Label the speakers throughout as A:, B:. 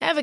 A: Ever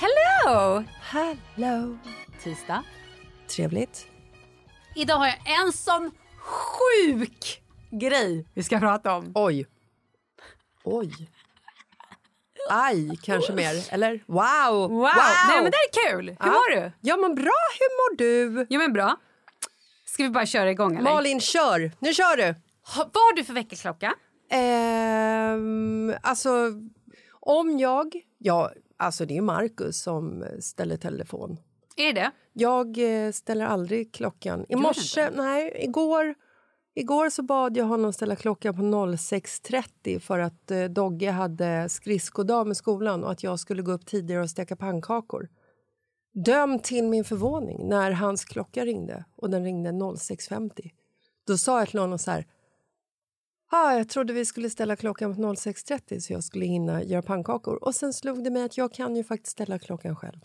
B: Hello!
C: Hello!
B: Tisdag.
C: Trevligt.
B: Idag har jag en sån sjuk grej vi ska prata om.
C: Oj. Oj. Aj, kanske mer. Eller wow!
B: Wow! Nej men det här är kul! Hur mår du?
C: Ja, men bra. Hur mår du?
B: Jo men bra. Ska vi bara köra igång eller?
C: Malin, kör. Nu kör du.
B: Ha- Vad har du för väckarklocka?
C: Ehm, alltså, om jag... Ja, alltså det är Markus som ställer telefon.
B: Är det det?
C: Jag eh, ställer aldrig klockan. I
B: det
C: morse, nej, igår, igår så bad jag honom ställa klockan på 06.30 för att eh, Dogge hade skridskodag med skolan och att jag skulle gå upp tidigare och steka pannkakor. Döm till min förvåning när hans klocka ringde och den ringde 06.50. Då sa jag till honom så här... Ah, jag trodde vi skulle ställa klockan på 06.30 så jag skulle hinna göra pannkakor. Och sen slog det mig att jag kan ju faktiskt ställa klockan själv.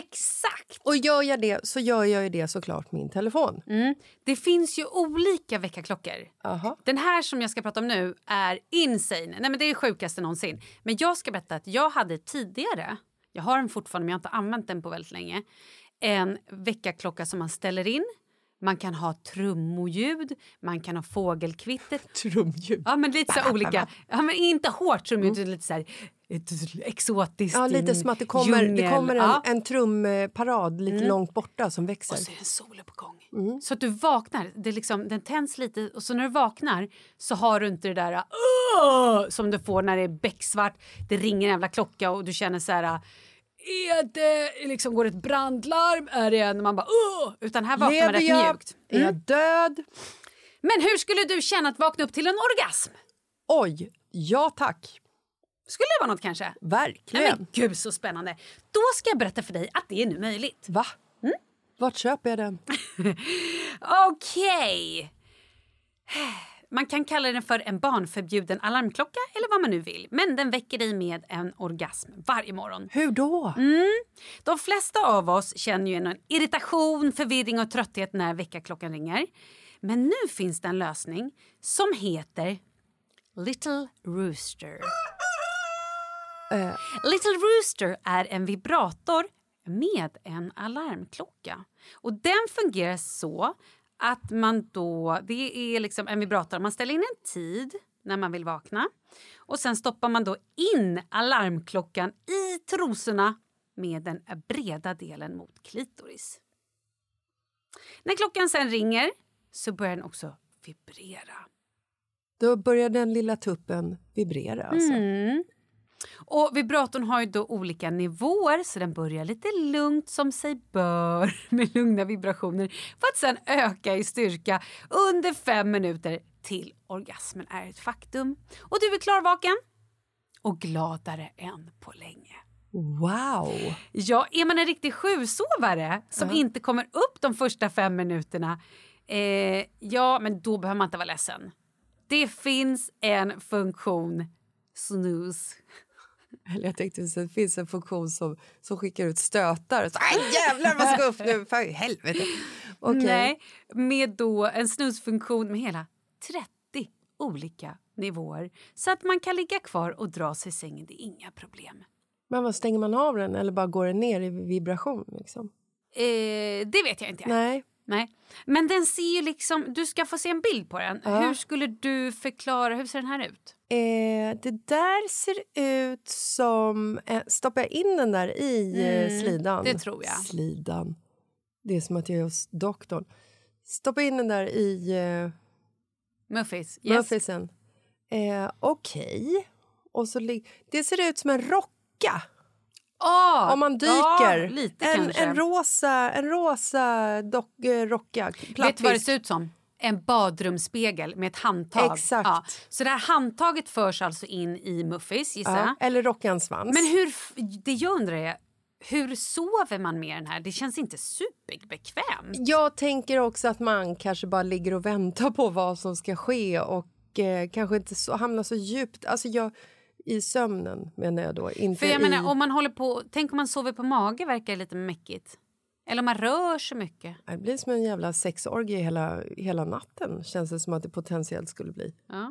B: Exakt!
C: Och gör jag det så gör jag ju det såklart med min telefon.
B: Mm. Det finns ju olika väckarklockor.
C: Aha.
B: Den här som jag ska prata om nu är insane. Nej, men det är det sjukaste någonsin. Men jag ska berätta att jag hade tidigare, jag har den fortfarande men jag har inte använt den på väldigt länge, en väckarklocka som man ställer in man kan ha trummoljud, man kan ha fågelkvittet.
C: Trumljud.
B: Ja, men lite så här olika. Ja, men inte hårt trumljud, utan lite så här ett exotiskt.
C: Mm. Ja, lite
B: in-
C: som att det kommer, det
B: djungel.
C: kommer en,
B: Ja. Mm.
C: en trumparad lite långt borta som växer.
B: Och så är det en soluppgång.
C: Mm.
B: Så att du vaknar, det är liksom, den tänds lite och så när du vaknar så har du inte det där "Åh!" som du får när det är becksvart, det ringer en jävla klocka och du känner så här är det, liksom, går det ett brandlarm? Är det en, man bara Åh! Utan här vaknar man
C: Lever
B: rätt
C: jag? Mm.
B: mjukt. Mm.
C: Är jag död?
B: Men hur skulle du känna att vakna upp till en orgasm?
C: Oj! Ja tack!
B: Skulle det vara något kanske? Nej,
C: Verkligen!
B: men gud så spännande. Då ska jag berätta för dig att det är nu möjligt.
C: Va?
B: Mm.
C: Vart köper jag den?
B: Okej. Man kan kalla den för en barnförbjuden alarmklocka eller vad man nu vill. Men den väcker dig med en orgasm varje morgon.
C: Hur då?
B: Mm. De flesta av oss känner ju en irritation, förvirring och trötthet när väckarklockan ringer. Men nu finns det en lösning som heter Little Rooster. Little Rooster är en vibrator med en alarmklocka. Och Den fungerar så att man då... Det är liksom en vibrator. Man ställer in en tid när man vill vakna. Och Sen stoppar man då in alarmklockan i trosorna med den breda delen mot klitoris. När klockan sen ringer så börjar den också vibrera.
C: Då börjar den lilla tuppen vibrera. Alltså.
B: Mm. Och vibratorn har ju då olika nivåer så den börjar lite lugnt som sig bör med lugna vibrationer för att sen öka i styrka under fem minuter till orgasmen är ett faktum. Och du är klarvaken och gladare än på länge.
C: Wow!
B: Ja, är man en riktig sjusovare som inte kommer upp de första fem minuterna, eh, ja, men då behöver man inte vara ledsen. Det finns en funktion, snooze.
C: Eller jag tänkte att det finns en funktion som, som skickar ut stötar. Så, Aj, jävlar vad ska upp nu! För helvete! Okej.
B: Nej, med då en snusfunktion med hela 30 olika nivåer så att man kan ligga kvar och dra sig i sängen. Det är inga problem.
C: Men vad stänger man av den eller bara går den ner i vibration? Liksom?
B: Eh, det vet jag inte.
C: Nej.
B: Nej. Men den ser ju liksom... Du ska få se en bild på den. Hur skulle du förklara... Hur ser den här ut?
C: Eh, det där ser ut som... Eh, stoppar jag in den där i eh, slidan?
B: Mm, det tror jag.
C: Slidan. Det är som att jag är hos doktorn. Stoppa in den där i eh,
B: Muffis? Yes.
C: muffisen. Eh, Okej. Och så lig- det ser ut som en rocka
B: Ah,
C: om man dyker.
B: Ja, lite
C: en,
B: kanske.
C: en rosa, en rosa dock, eh, rocka.
B: Vet du vad det
C: Plattfisk.
B: ser ut som? En badrumsspegel med ett handtag.
C: Exakt.
B: Ja. Så det här handtaget förs alltså in i muffis, gissar jag.
C: ja, Eller rockans svans.
B: Men hur, f- det jag undrar är, hur sover man med den här? Det känns inte superbekvämt.
C: Jag tänker också att man kanske bara ligger och väntar på vad som ska ske och eh, kanske inte så, hamnar så djupt alltså jag, i sömnen, menar jag då. Inte
B: För jag
C: i,
B: menar, om man håller på, tänk om man sover på mage verkar det lite mäckigt. Eller om man rör sig mycket.
C: Det blir som en jävla sexorgie hela, hela natten, känns det som att det potentiellt skulle bli.
B: Ja.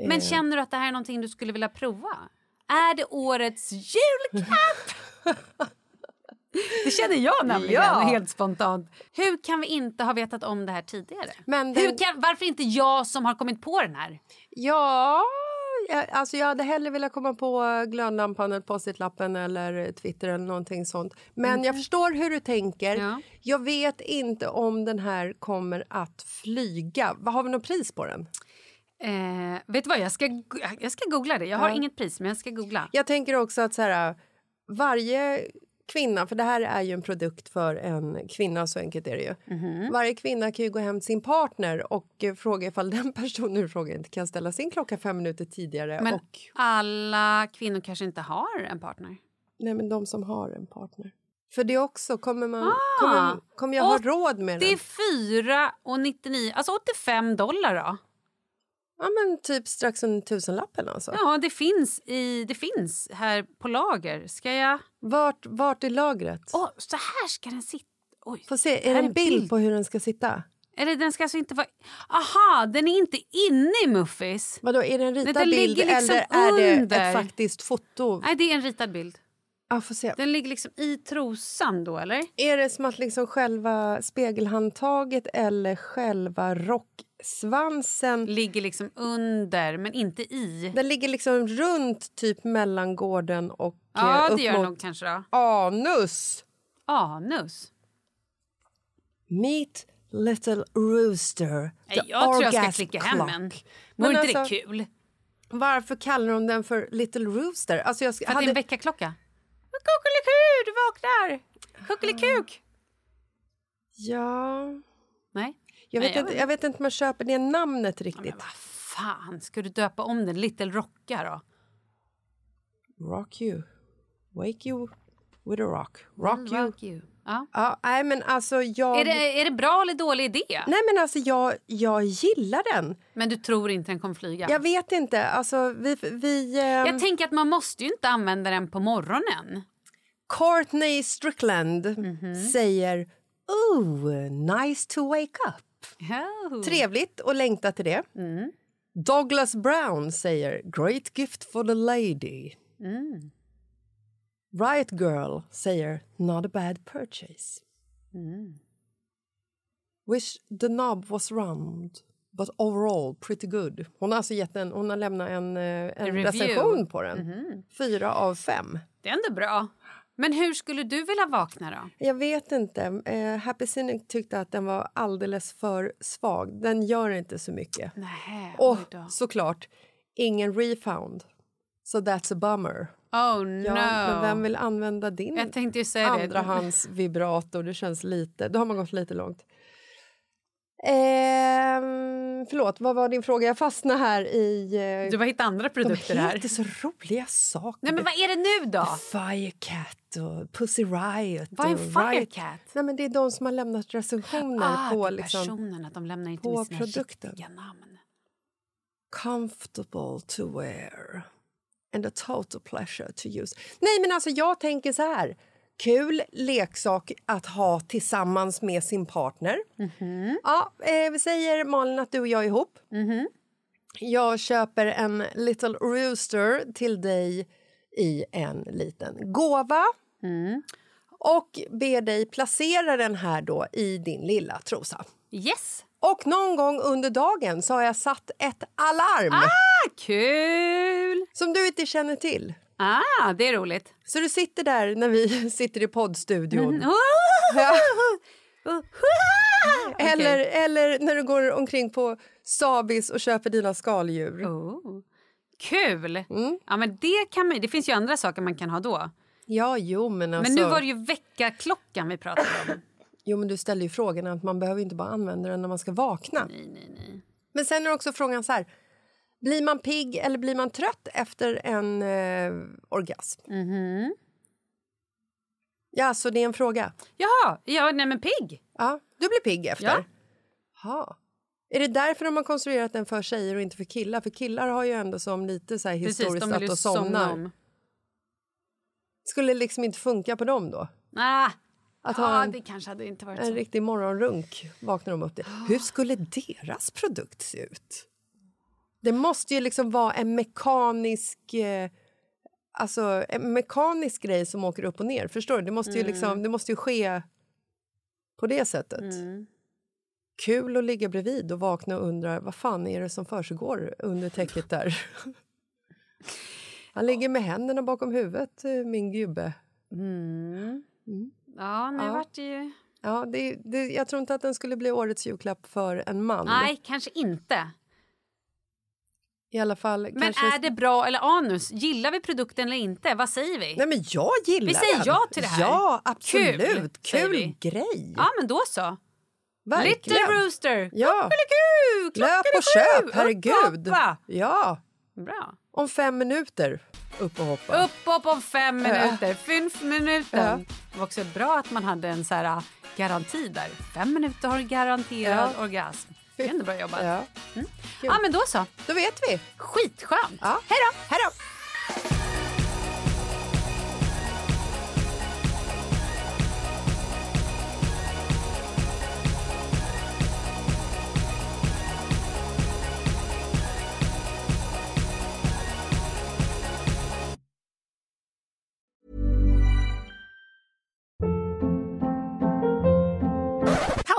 C: Eh.
B: Men känner du att det här är någonting du skulle vilja prova? Är det årets julklapp? det känner jag nämligen,
C: Mm, Ja.
B: helt spontant. Hur kan vi inte ha vetat om det här tidigare?
C: Men den-
B: Hur kan, varför inte jag som har kommit på den här?
C: Ja, jag, alltså jag hade hellre velat komma på glödlampan eller post-it-lappen eller Twitter eller någonting sånt. Men jag förstår hur du tänker.
B: Mm. Ja.
C: Jag vet inte om den här kommer att flyga. Vad Har vi något pris på den?
B: Eh, vet du vad, jag ska, go- jag ska googla det. Jag har inget pris, men jag ska googla.
C: Jag tänker också att så här, varje kvinna, för det här är ju en produkt för en kvinna, så enkelt är det ju.
B: Mhm.
C: Varje kvinna kan ju gå hem till sin partner och eh, fråga ifall den personen i fråga inte kan ställa sin klocka fem minuter tidigare.
B: Men
C: Och,
B: alla kvinnor kanske inte har en partner.
C: nej, men de som har en partner. För det också, kommer, man, kommer, kommer jag ha
B: Ah! Och
C: råd med
B: Det
C: den?
B: är 4 och 99, alltså 85 dollar då.
C: Ja, men typ strax under tusenlappen alltså.
B: Ja, det finns, i, det finns här på lager. Ska jag...
C: Vart, vart är lagret?
B: Åh, så här ska den sitta. Oj.
C: Får se,
B: här
C: är det en bild på hur den ska sitta?
B: Eller den ska alltså inte vara... Aha, den är inte inne i muffis.
C: Vadå, är det en ritad
B: den
C: bild
B: ligger liksom
C: eller är det
B: under.
C: ett faktiskt foto?
B: Nej, det är en ritad bild.
C: Ja, får se.
B: Den ligger liksom i trosan då, eller?
C: Är det som att liksom själva spegelhandtaget eller själva rocksvansen...
B: Ligger liksom under, men inte i.
C: Den ligger liksom runt typ mellan gården och
B: Ja,
C: eh, upp
B: det gör den
C: mot
B: nog kanske då.
C: anus.
B: Anus.
C: Meet little rooster.
B: Nej,
C: the
B: jag tror jag ska
C: orgasm
B: klicka hem
C: clock.
B: en.
C: Men
B: Vore inte det
C: alltså,
B: kul?
C: Varför kallar de den för little rooster? Alltså jag sk-
B: För att det är
C: hade...
B: en väckarklocka. Kuckeliku, du vaknar! Kuckelikuk!
C: Ja...
B: Nej.
C: Jag
B: Nej,
C: vet,
B: jag
C: inte,
B: vet
C: jag vet inte om jag köper det namnet riktigt.
B: Ah, Fan, ska du döpa om den? Little Rocka då?
C: Rock you. Wake you with a rock. Rock you.
B: you. Ja.
C: Ja, nej men alltså jag...
B: Mm, Är, det, är det bra eller dålig idé?
C: Nej men alltså jag, jag gillar den.
B: Men du tror inte den kommer flyga?
C: Jag vet inte, alltså vi... vi
B: Jag
C: ehm,
B: tänker att man måste ju inte använda den på morgonen.
C: Courtney Strickland säger Ooh, nice to wake up.
B: Oh.
C: Trevligt och längta till det. Douglas Brown säger Great gift for the lady. Riot Girl säger Not a bad purchase. Wish the knob was round, but overall pretty good. Hon har, alltså gett en, hon har lämnat en, eh, en
B: review.
C: recension på den. Fyra av fem.
B: Det är ändå bra. Men hur skulle du vilja vakna då?
C: Jag vet inte. Eh, Happy Cynic tyckte att den var alldeles för svag. Den gör inte så mycket.
B: Nähä,
C: Och
B: oj då.
C: såklart, ingen refund. Så so that's a bummer.
B: Oh
C: Ja, Men vem
B: no.
C: vill använda din
B: Jag tänkte ju säga det.
C: andrahandsvibrator? Det känns lite... Då har man gått lite långt. Ehm, förlåt, vad var din fråga? Jag fastnade här i... Eh,
B: Du har hittat
C: de
B: andra produkter här.
C: heter så roliga saker.
B: Nej men vad är det nu
C: Ah,
B: då?
C: Firecat och Pussy Riot.
B: Vad är en
C: och Riot
B: Firecat?
C: Nej, men det är de som har lämnat recensioner
B: Ah,
C: på
B: till
C: liksom,
B: personen att de lämnar inte
C: på
B: med sina
C: produkten.
B: riktiga namn.
C: comfortable to wear and a total pleasure to use. Nej, men alltså jag tänker så här. Kul leksak att ha tillsammans med sin partner. Ja, eh, vi säger, Malin, att du och jag är ihop. Jag köper en Little Rooster till dig i en liten gåva. Och ber dig placera den här då i din lilla trosa.
B: Yes!
C: Och någon gång under dagen så har jag satt ett alarm
B: Ah, kul!
C: som du inte känner till.
B: Ah, det är roligt.
C: Så du sitter där när vi sitter i poddstudion.
B: Oh!
C: Ja.
B: Oh!
C: Eller, eller när du går omkring på Sabis och köper dina skaldjur.
B: Oh. Kul!
C: Mm.
B: Ja, men det, kan man, det finns ju andra saker man kan ha då.
C: Ja, jo men alltså.
B: Men nu var det ju väckarklockan vi pratade om.
C: Jo men du ställer ju frågan att man behöver inte bara använda den när man ska vakna.
B: Nej, nej, nej.
C: Men sen är också frågan så här. Blir man pigg eller blir man trött efter en eh, orgasm? Mm-hmm. Ja, så det är en fråga.
B: Jaha, ja, nej men pigg!
C: Ja, du blir pigg efter?
B: Ja.
C: Ha. Är det därför de har konstruerat den för tjejer och inte för killar? För killar har ju ändå som lite så här historiskt
B: Precis, de vill
C: att
B: ju
C: de somnar.
B: somna om.
C: Skulle liksom inte funka på dem då?
B: Ah,
C: Att ha
B: ah,
C: en,
B: det kanske hade inte varit
C: en
B: så.
C: riktig morgonrunk vaknar de upp till. Hur skulle deras produkt se ut? Det måste ju liksom vara en mekanisk... Eh, alltså en mekanisk grej som åker upp och ner. Förstår du? Det måste
B: Mm.
C: ju, liksom, det måste ju ske på det sättet.
B: Mm.
C: Kul att ligga bredvid och vakna och undra vad fan är det som försiggår under täcket där. Han ligger med händerna bakom huvudet, eh, min gubbe.
B: Ja, nu
C: Mm. Ja.
B: vart det ju...
C: Ja, det, det, jag tror inte att den skulle bli årets julklapp för en man.
B: Nej, kanske inte.
C: I alla fall
B: Men
C: kanske...
B: är det bra eller anus? Gillar vi produkten eller inte? Vad säger vi?
C: Nej, men jag gillar
B: Vi säger
C: den.
B: ja till det här.
C: Ja, absolut.
B: Kul, säger
C: Kul,
B: vi.
C: grej.
B: Ja, men då så.
C: Verkligen.
B: Little Rooster!
C: Ja.
B: Kuckeliku,
C: Löp och
B: kuckeliku,
C: köp, herregud.
B: Upp och hoppa!
C: Ja,
B: Bra.
C: om fem minuter. Upp och hoppa.
B: Upp, upp om fem minuter. Fünf minuten. Det var också bra att man hade en så här ah, garanti där. Fem minuter har garanterad
C: Ja.
B: orgasm. Det är ändå bra jobbat. Ja.
C: Ja,
B: men då så.
C: då vet vi.
B: Skitskönt.
C: Ja.
B: Hej då!
C: Hej då!